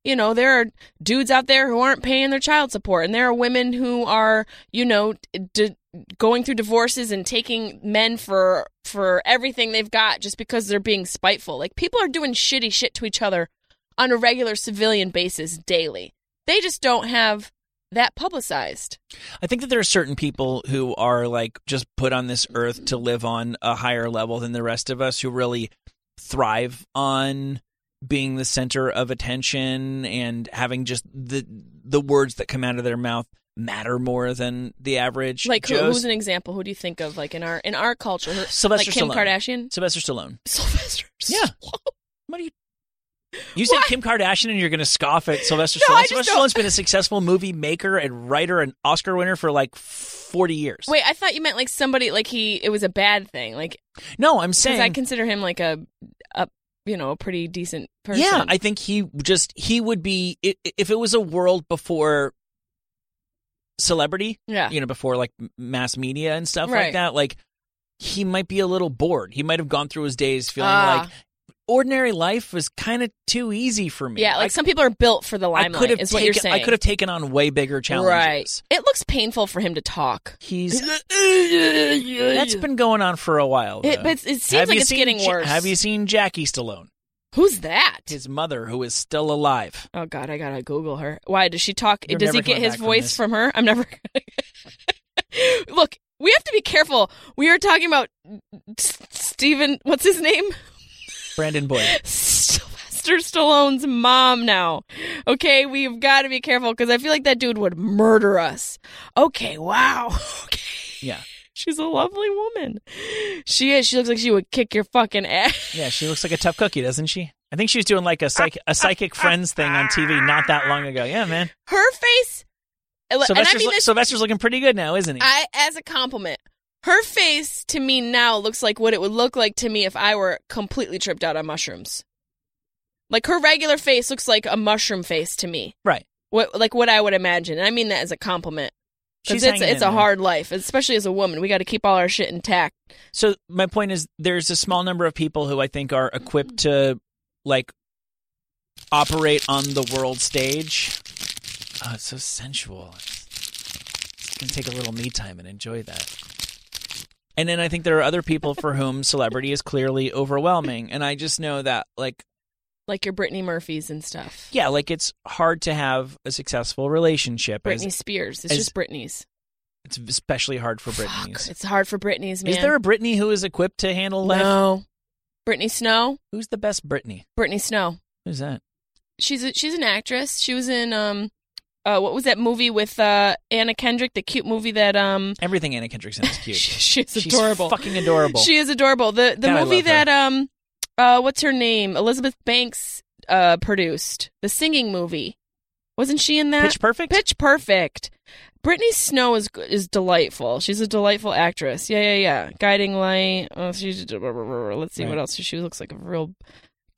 you know there are dudes out there who aren't paying their child support and there are women who are you know d- going through divorces and taking men for for everything they've got just because they're being spiteful like people are doing shitty shit to each other on a regular civilian basis daily they just don't have that publicized
I think that there are certain people who are like just put on this earth to live on a higher level than the rest of us who really thrive on being the center of attention and having just the the words that come out of their mouth matter more than the average
like who,
Joe's.
who's an example who do you think of like in our in our culture who-
Sylvester
like kim
Stallone.
kardashian
Sylvester Stallone.
sylvester
Yeah.
Stallone.
What are you You said
What?
Kim Kardashian, and you're going to scoff at Sylvester
No,
Stallone.
I just
Sylvester
don't-
Stallone's been a successful movie maker and writer and Oscar winner for like 40 years.
Wait, I thought you meant like somebody like he. It was a bad thing, like
no, I'm
because
saying
I consider him like a, a you know a pretty decent person.
Yeah, I think he just he would be i- if it was a world before celebrity,
yeah.
you know, before like m- mass media and stuff
Right.
like that. Like he might be a little bored. He might have gone through his days feeling
Ah.
like ordinary life was kind of too easy for me.
Yeah, like some people are built for the
I, I
limelight.
could have
is
taken
what you're saying.
I could have taken on way bigger challenges.
Right. It looks painful for him to talk.
He's that's
That's
been going on for a while.
It,
though.
but it seems
Have
like
you
it's
seen
getting
Ja-
worse.
Have you seen Jackie Stallone?
Who's that?
His mother, who is still alive.
Oh God, I gotta Google her. Why does she talk?
You're
does he
never
get
coming
his
back from
voice
this.
from, her? I'm never. Look, we have to be careful. We are talking about S- Stephen. What's his name?
Brandon Boyd.
Sylvester Stallone's mom now. Okay, we've got to be careful because I feel like that dude would murder us. Okay, wow. Okay.
Yeah.
She's a lovely woman. She is. She looks like she would kick your fucking ass.
Yeah, she looks like a tough cookie, doesn't she? I think she was doing like a psych- a psychic friends thing on TV not that long ago. Yeah, man.
Her face. And I
Sylvester's,
mean
loo-
this-
Sylvester's looking pretty good now, isn't he?
I as a compliment. Her face to me now looks like what it would look like to me if I were completely tripped out on mushrooms. Like her regular face looks like a mushroom face to me.
right.
What like what I would imagine. And I mean that as a compliment. Because it's
hanging
it's
in
a
there.
hard life, especially as a woman. We got to keep all our shit intact.
So my point is, there's a small number of people who I think are equipped to like operate on the world stage. Oh, it's so sensual. It's, it's gonna take a little me time and enjoy that. And then I think there are other people for whom celebrity is clearly overwhelming, and I just know that like
Like your Brittany Murphys and stuff.
yeah, like it's hard to have a successful relationship.
Britney
As,
Spears. It's
as-
just Britney's.
it's especially hard for
Fuck,
Britney's.
It's hard for Britney's, man.
Is there a Britney who is equipped to handle life?
No. Britney Snow?
Who's the best Britney?
Britney Snow.
Who's that?
she's a, she's an actress. She was in um, uh, what was that movie with uh Anna Kendrick? The cute movie that um,
Everything Anna Kendrick's in is cute.
she, she's
She's
adorable.
fucking adorable.
She is adorable. The the
God, I
movie
love her.
that um, uh, what's her name? Elizabeth Banks uh produced the singing movie. Wasn't she in that?
Pitch Perfect.
Pitch Perfect. Brittany Snow is is delightful. She's a delightful actress. Yeah, yeah, yeah. Guiding Light. Oh, she's let's see
Right.
what else. She looks like a real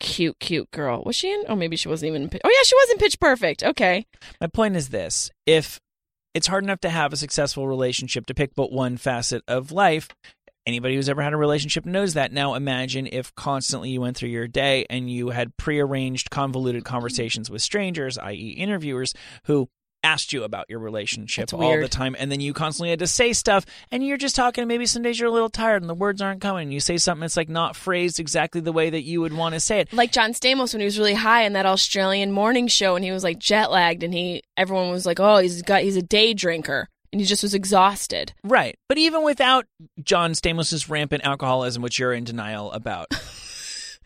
cute, cute girl. Was she in? Oh, maybe she wasn't even. In, Pi- oh, yeah, she was in Pitch Perfect. Okay,
My point is this: if it's hard enough to have a successful relationship to pick but one facet of life. Anybody who's ever had a relationship knows that. Now imagine if constantly you went through your day and you had prearranged convoluted conversations with strangers, i.e., interviewers, who asked you about your relationship
That's
all the
weird.
time. And then you constantly had to say stuff and you're just talking. And maybe some days you're a little tired and the words aren't coming. And you say something that's like not phrased exactly the way that you would want to say it.
like John Stamos when he was really high in that Australian morning show, and he was like jet lagged, and he everyone was like, oh, he's got he's a day drinker, and he just was exhausted.
Right. But even without John Stamos's rampant alcoholism, which you're in denial about,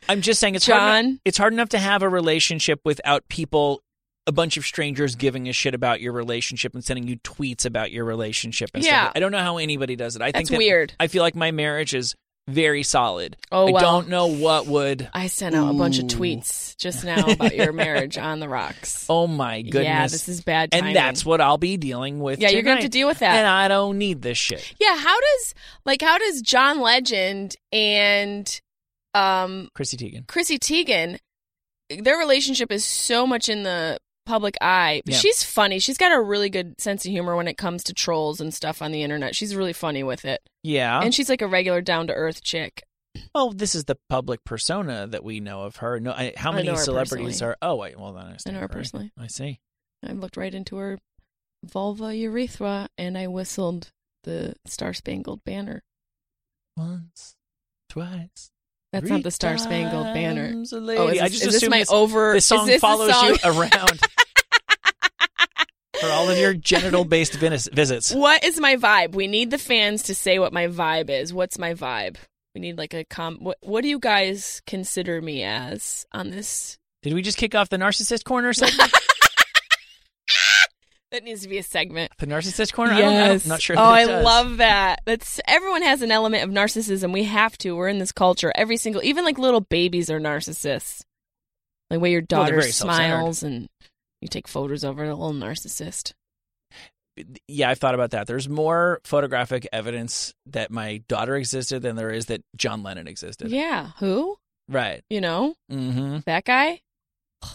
I'm just saying it's hard
John?
enough, it's hard enough to have a relationship without people a bunch of strangers giving a shit about your relationship and sending you tweets about your relationship and
Yeah.
stuff. I don't know how anybody does it. I think
That's
that-
weird.
I feel like my marriage is very solid.
Oh,
I
well.
don't know what would
I sent out a bunch of
Ooh.
tweets just now about your marriage on the rocks.
Oh my goodness.
Yeah, this is bad timing.
and that's what I'll be dealing with.
Yeah, you're gonna have to
tonight.
deal with that.
And I don't need this shit.
Yeah, how does like how does John Legend and um
Chrissy Teigen.
Chrissy Teigen their relationship is so much in the public eye. But
Yeah.
She's funny. She's got a really good sense of humor when it comes to trolls and stuff on the internet. She's really funny with it.
Yeah.
And she's like a regular down to earth chick.
Oh, this is the public persona that we know of her. No, I, how
I
many
know her
celebrities
personally.
are? Oh, wait. Well, then I,
I
stand
know her
corrected.
personally.
I see.
I looked right into her vulva urethra and I whistled the Star Spangled Banner.
Once, twice.
That's
three
not the Star Spangled Banner.
times a
Oh, is
lady.
this,
I just
is this
assume
my over
this song
is this the
follows
song?
you around for all of your genital-based vis- visits.
What is my vibe? We need the fans to say what my vibe is. What's my vibe? We need like a com. What What do you guys consider me as on this?
Did we just kick off the narcissist corner? Segment?
That needs to be a segment.
the narcissist corner. I don't, I don't, am not sure.
Oh,
that
I
it does.
love that. That's everyone has an element of narcissism. We have to. We're in this culture. Every single, even like little babies are narcissists. Like way your
Well, they're
daughter
very self-centered.
smiles and you take photos of her, the little narcissist.
yeah, I've thought about that. There's more photographic evidence that my daughter existed than there is that John Lennon existed.
Yeah. Who?
Right.
You know?
Mm-hmm.
That guy?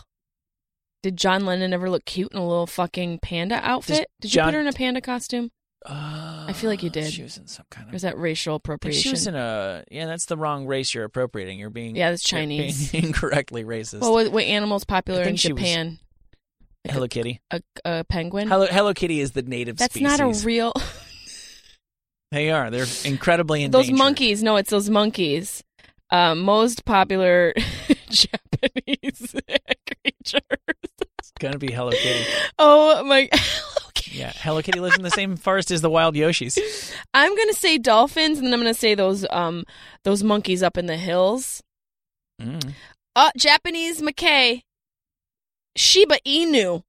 Did John Lennon ever look cute in a little fucking panda outfit? Did you
John-
put her in a panda costume?
Uh,
feel like you did.
She was in some kind
Or
of.
is that racial
I think
appropriation?
She was in a. Yeah, that's the wrong race you're appropriating. You're being.
yeah, that's
you're being
Chinese.
incorrectly racist.
Well, what, what animal's popular
I
in
think she was-
Japan? like
Hello Kitty.
A, a penguin?
Hello, Hello Kitty is the native
that's
species.
not a real.
they are. They're incredibly
those
endangered.
monkeys. No, it's those monkeys. Uh, most popular Japanese creatures.
It's gonna be Hello Kitty.
Oh my! okay.
Yeah, Hello Kitty lives in the same forest as the wild Yoshis.
I'm gonna say dolphins, and then I'm gonna say those um those monkeys up in the hills.
Mm.
Uh, Japanese Mackay, Shiba Inu,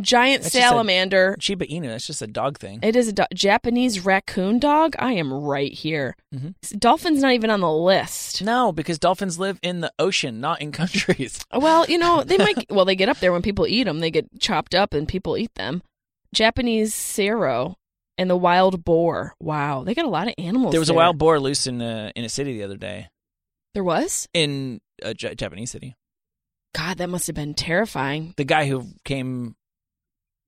giant
That's just a-
salamander.
Chiba Inu. That's just a dog thing.
It is a do- Japanese raccoon dog. I am right here.
Mhm.
Dolphin's not even on the list.
No, because dolphins live in the ocean, not in countries.
Well, you know, they might. well, they get up there when people eat them. They get chopped up and people eat them. Japanese sero and the wild boar. Wow, they got a lot of animals.
There was a
there.
wild boar loose in a in a city the other day
There was.
in a J- Japanese city.
God, that must have been terrifying.
The guy who came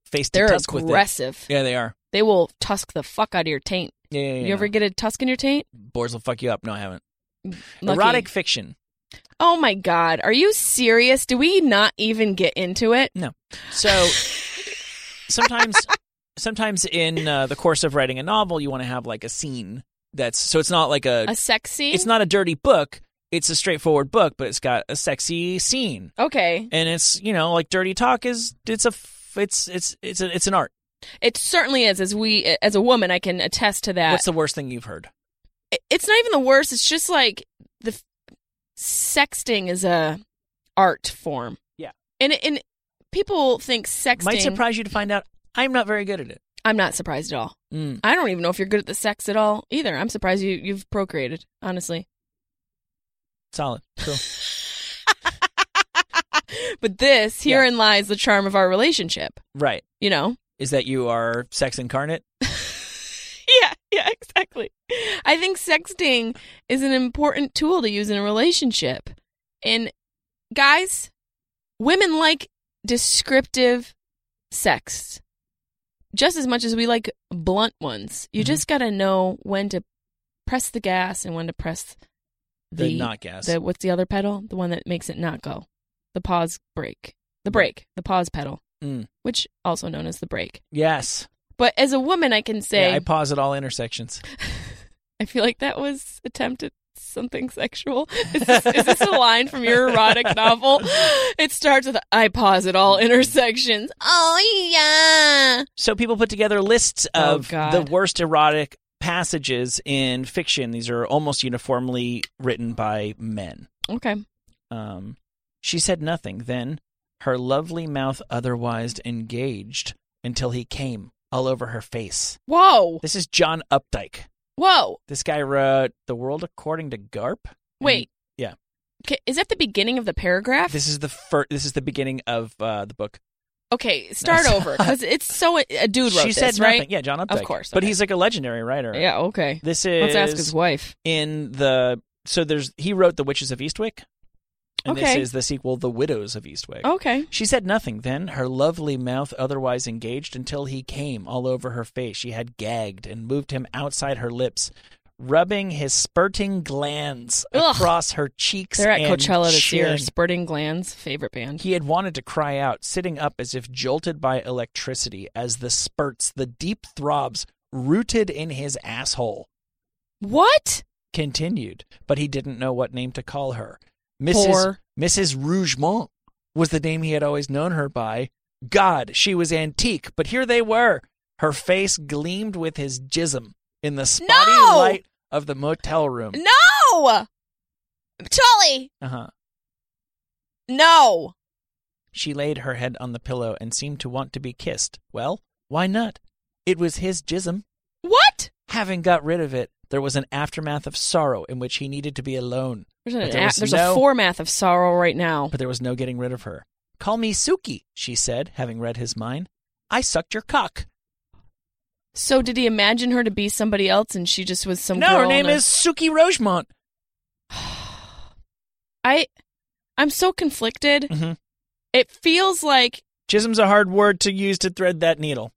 face to
They're
tusk with
aggressive.
it. Yeah, they are.
They will tusk the fuck out of your taint.
Yeah, yeah, yeah.
You ever get a tusk in your taint?
boars will fuck you up? No, I haven't.
Lucky.
Erotic fiction.
Oh my god, are you serious? Do we not even get into it?
So sometimes, sometimes in uh, the course of writing a novel, you want to have like a scene that's so it's not like a
A sex scene?
it's not a dirty book. It's a straightforward book, but it's got a sexy scene.
Okay.
and it's you know like dirty talk is it's a f- it's it's it's a, it's an art.
It certainly is as we as a woman I can attest to that.
What's the worst thing you've heard?
it- it's not even the worst. It's just like the f- sexting is a art form.
Yeah.
and and people think sexting.
Might surprise you to find out I'm not very good at it.
I'm not surprised at all.
Mm.
I don't even know if you're good at the sex at all either. I'm surprised you you've procreated. Honestly,
Solid. Cool.
but this
Yeah.
herein lies the charm of our relationship.
right.
You know.
Is that you are sex incarnate?
Yeah, yeah, exactly. I think sexting is an important tool to use in a relationship. And guys, women like descriptive sex just as much as we like blunt ones. You
Mhm.
just got to know when to press the gas and when to press
The,
the,
not gas.
the what's the other pedal? The one that makes it not go. The pause brake. The brake, the pause pedal,
Mm.
which also known as the brake.
yes.
But as a woman, I can say
Yeah, I pause at all intersections.
I feel like that was attempted something sexual. Is this, is this a line from your erotic novel? It starts with I pause at all intersections. Oh yeah.
So people put together lists
Oh,
of
God.
the worst erotic passages in fiction. These are almost uniformly written by men.
Okay.
Um, she said nothing then, her lovely mouth otherwise engaged until he came all over her face.
Whoa.
This is John Updike.
Whoa.
This guy wrote The World According to Garp. And
Wait.
yeah.
K- Is that the beginning of the paragraph?
This is the first. This is the beginning of uh, the book.
okay, start
No.
over because it's so a dude wrote
she
this,
said
right?
nothing. Yeah, John Updike.
course,
but
okay.
he's like a legendary writer.
Yeah. Okay.
This is
Let's ask his wife.
in the so there's he wrote The Witches of Eastwick, and
Okay. Oh.
this is the sequel, The Widows of Eastwick.
Okay.
She said nothing then, her lovely mouth otherwise engaged until he came all over her face. She had gagged and moved him outside her lips, rubbing his spurting glands
Ugh.
across her cheeks.
They're at
and
Coachella this year.
chin.
Spurting glands, favorite band.
He had wanted to cry out, sitting up as if jolted by electricity, as the spurts, the deep throbs rooted in his asshole,
What?
continued, but he didn't know what name to call her. Mrs.
Whore.
Mrs. Rougemont was the name he had always known her by. God, she was antique, but here they were. Her face gleamed with his jism in the spotty
No!
light of the motel room.
No, Tully.
Uh-huh.
No.
She laid her head on the pillow and seemed to want to be kissed. Well, why not? It was his jism.
What?
Having got rid of it, there was an aftermath of sorrow in which he needed to be alone.
There's, an
But there was
a, there's
no-
a formath of sorrow right now.
But there was no getting rid of her. Call me Suki, she said, having read his mind. I sucked your cock.
So did he imagine her to be somebody else, and she just was some?
no,
girl
her
in
name
a-
is Suki Rogemont.
I. I'm so conflicted.
Mhm.
It feels like,
Chism's a hard word to use to thread that needle.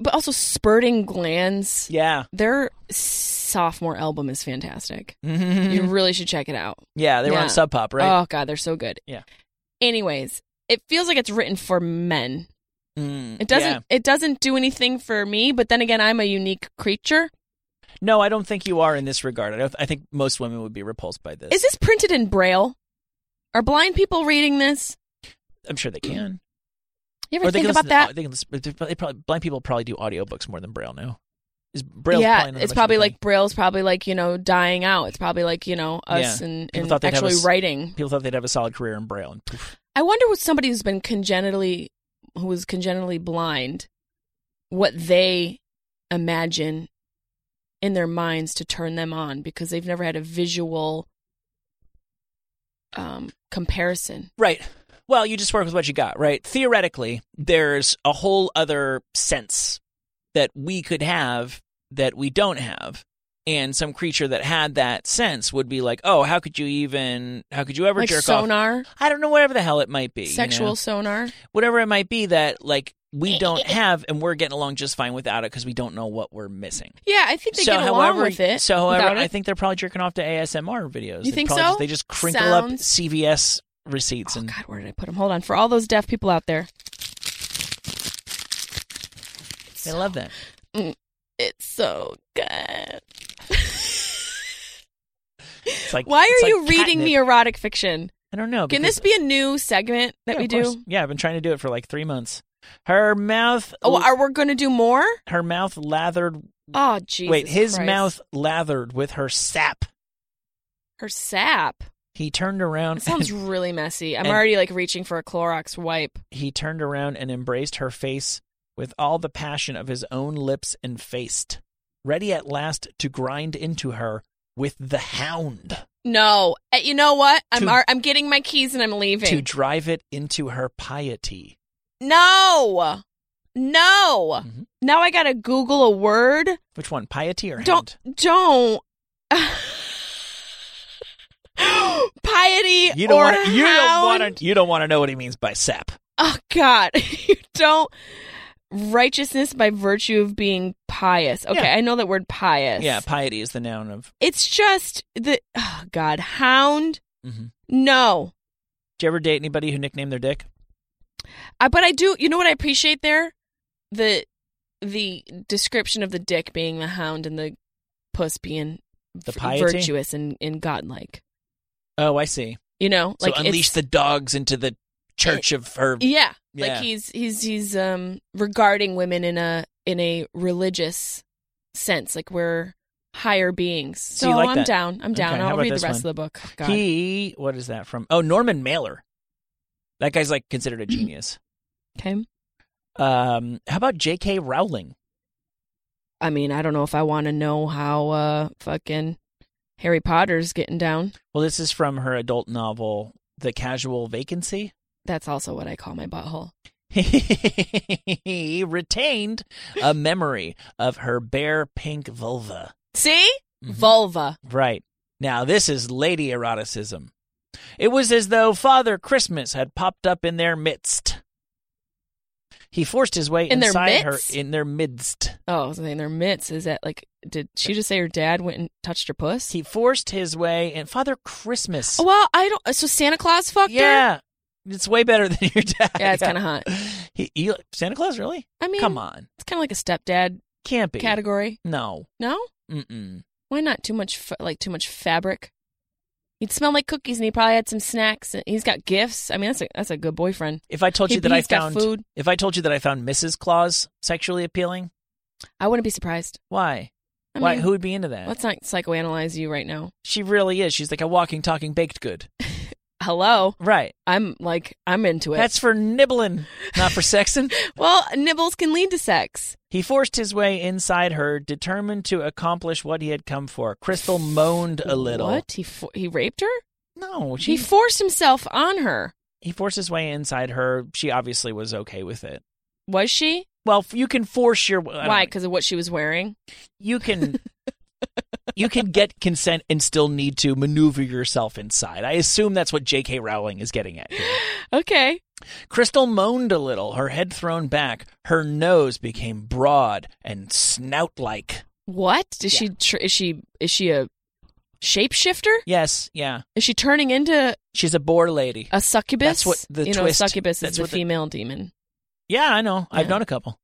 but also spurting glands.
Yeah.
Their sophomore album is fantastic. You
Mhm.
really should check it out.
yeah, they were
Mm-hmm. Yeah.
on Sub Pop, right?
Oh god, they're so good.
Yeah.
Anyways, it feels like it's written for men.
Mm,
It doesn't.
yeah.
It doesn't do anything for me. But then again, I'm a unique creature.
No, I don't think you are in this regard. I, don't, I think most women would be repulsed by this.
Is this printed in braille? Are blind people reading this?
I'm sure they can.
You ever
they
think
can listen
about
to-
that?
They can listen, they probably, blind people probably do audiobooks more than Braille now. Is Braille?
yeah,
probably not
it's
much of a
probably
thing.
like braille's probably like you know dying out. It's probably like you know us
Yeah.
and,
People
and
thought they'd have
actually
us-
writing.
people thought they'd have a solid career in Braille. And poof.
I wonder what somebody who's been congenitally who was congenitally blind, what they imagine in their minds to turn them on because they've never had a visual um, comparison.
Right. Well, you just work with what you got, right? Theoretically, there's a whole other sense that we could have that we don't have. And some creature that had that sense would be like, "Oh, how could you even? How could you ever
like
jerk off?
sonar,
I don't know, whatever the hell it might be, you know?
sexual Eh, sonar.
whatever it might be that like we don't have, and we're getting along just fine without it because we don't know what we're missing.
Yeah, I think they
so,
get along
however,
with it.
so however,
without
I
it.
think they're probably jerking off to ASMR videos.
You
They
think
probably just-
so?
they just crinkle up
Sounds-
CVS receipts
Oh
and
God, where did I put them? Hold on, for all those deaf people out there,
they love that.
it's so good.
It's like
Why
it's
are
like
you reading
catnip.
me erotic fiction?
I don't know.
Can
because-
this be a new segment that
Yeah,
we
of course.
do?
Yeah, I've been trying to do it for like three months. Her mouth.
Oh, are we going to do more?
her mouth lathered.
Oh, Jesus.
wait, his
Christ.
mouth lathered with her sap.
Her sap.
He turned around.
That sounds
and-
really messy. I'm
and-
already like reaching for a Clorox wipe.
he turned around and embraced her face with all the passion of his own lips and faced, ready at last to grind into her with the hound
No, Uh, you know what? I'm
To-
ar- I'm getting my keys and I'm
to
leaving.
drive it into her piety.
no, no.
Mhm.
Now I gotta Google a word.
Which one, piety or
Don't don't. Piety
hound? You don't
or
want. You don't
hound.
want to. You don't want to know what he means by sap.
Oh God, you don't righteousness by virtue of being pious. Okay,
Yeah.
I know that word pious.
Yeah, piety is the noun of.
it's just the oh God hound.
Mhm.
No,
Did you ever date anybody who nicknamed their dick?
I, but I do. You know what I appreciate there? The the description of the dick being the hound and the puss being
The
v-
piety?
virtuous and and godlike.
Oh, I see.
You know,
So
like
unleash
it's-
the dogs into the church of her.
Yeah.
Yeah.
Like he's he's he's um regarding women in a in a religious sense, like we're higher beings.
So
So
you like
I'm
that?
down. I'm down.
Okay, how
I'll
about
read the
this
rest
one?
of the book. God.
He. What is that from? Oh, Norman Mailer. That guy's like considered a genius.
okay.
Um, how about J.K. Rowling?
I mean, I don't know if I want to know how uh fucking Harry Potter's getting down.
Well, this is from her adult novel, The Casual Vacancy.
That's also what I call my butthole.
he retained a memory of her bare pink vulva.
See?
Mhm.
Vulva.
Right. Now, this is lady eroticism. It was as though Father Christmas had popped up in their midst. He forced his way
In their
inside
midst?
her in their midst.
Oh, I was saying their mitts. Is that like did she just say her dad went and touched her puss?
He forced his way and Father Christmas.
well, I don't so Santa Claus fucked her?
yeah. It's way better than your dad.
Yeah, it's kinda hot.
He, you- Santa Claus, really?
I mean
Come on.
It's kind of like a stepdad
Can't be.
category.
No.
No,
Mm-mm.
why not? Too much, fa- like too much fabric. He'd smell like cookies, and he probably had some snacks. And he's got gifts. I mean, that's a that's a good boyfriend.
If I told you
He-
that I
he's got
found
food.
if I told you that I found Mrs. Claus sexually appealing,
I wouldn't be surprised.
why?
I
why?
mean,
Who would be into that?
Let's not psychoanalyze you right now.
She really is. She's like a walking, talking baked good.
hello,
Right.
I'm like I'm into it.
That's for nibbling, not for sexing.
well, nibbles can lead to sex.
He forced his way inside her, determined to accomplish what he had come for. Crystal moaned a little.
What he fo- he raped her?
No, she.
He forced himself on her.
he forced his way inside her. She obviously was okay with it.
Was she?
Well, you can force your I don't
Why?
know.
Because of what she was wearing.
you can you can get consent and still need to maneuver yourself inside. I assume that's what J.K. Rowling is getting at. Here.
Okay.
Crystal moaned a little, her head thrown back, her nose became broad and snout-like.
What? Is she? Tr- is she? Is she a shapeshifter?
Yes, yeah,
Is she turning into
she's a boar lady.
a succubus?
That's what the
you know,
twist-
a succubus
that's
is the
what the-
female demon.
Yeah, I know. I've
Yeah.
known a couple.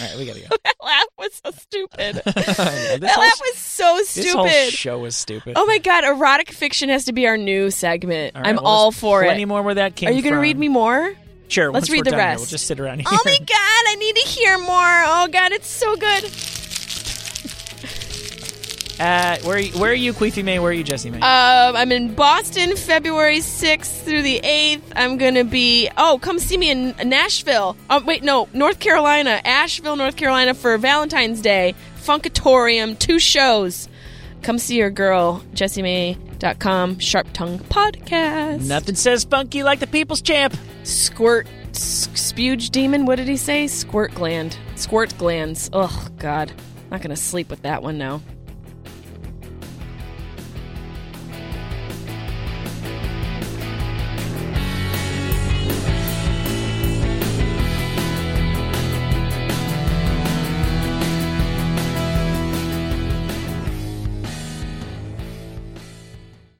All right, we gotta go.
that laugh was so stupid.
I know, this
that
whole-
laugh was so
This whole
stupid.
show is stupid.
Oh my god, erotic fiction has to be our new segment.
All right,
I'm
well,
all
there's
for
Plenty
it.
more where that came.
Are you
going to
read me more?
Sure.
Let's
once
read
we're
the
done here,
rest.
we'll just sit around here.
Oh my god, I need to hear more. Oh god, it's so good.
Uh, where are you, where are you, Queefy May? Where are you, Jesse May?
Um, I'm in Boston February 6th through the 8th. I'm going to be, oh, come see me in Nashville. Oh, wait, no, North Carolina, Asheville, North Carolina for Valentine's Day. Funkatorium, two shows. Come see your girl, jessiemay.com, Sharp Tongue Podcast.
Nothing says funky like the People's Champ.
Squirt, s- spuge demon, what did he say? Squirt gland. Squirt glands. Oh, God. Not going to sleep with that one now.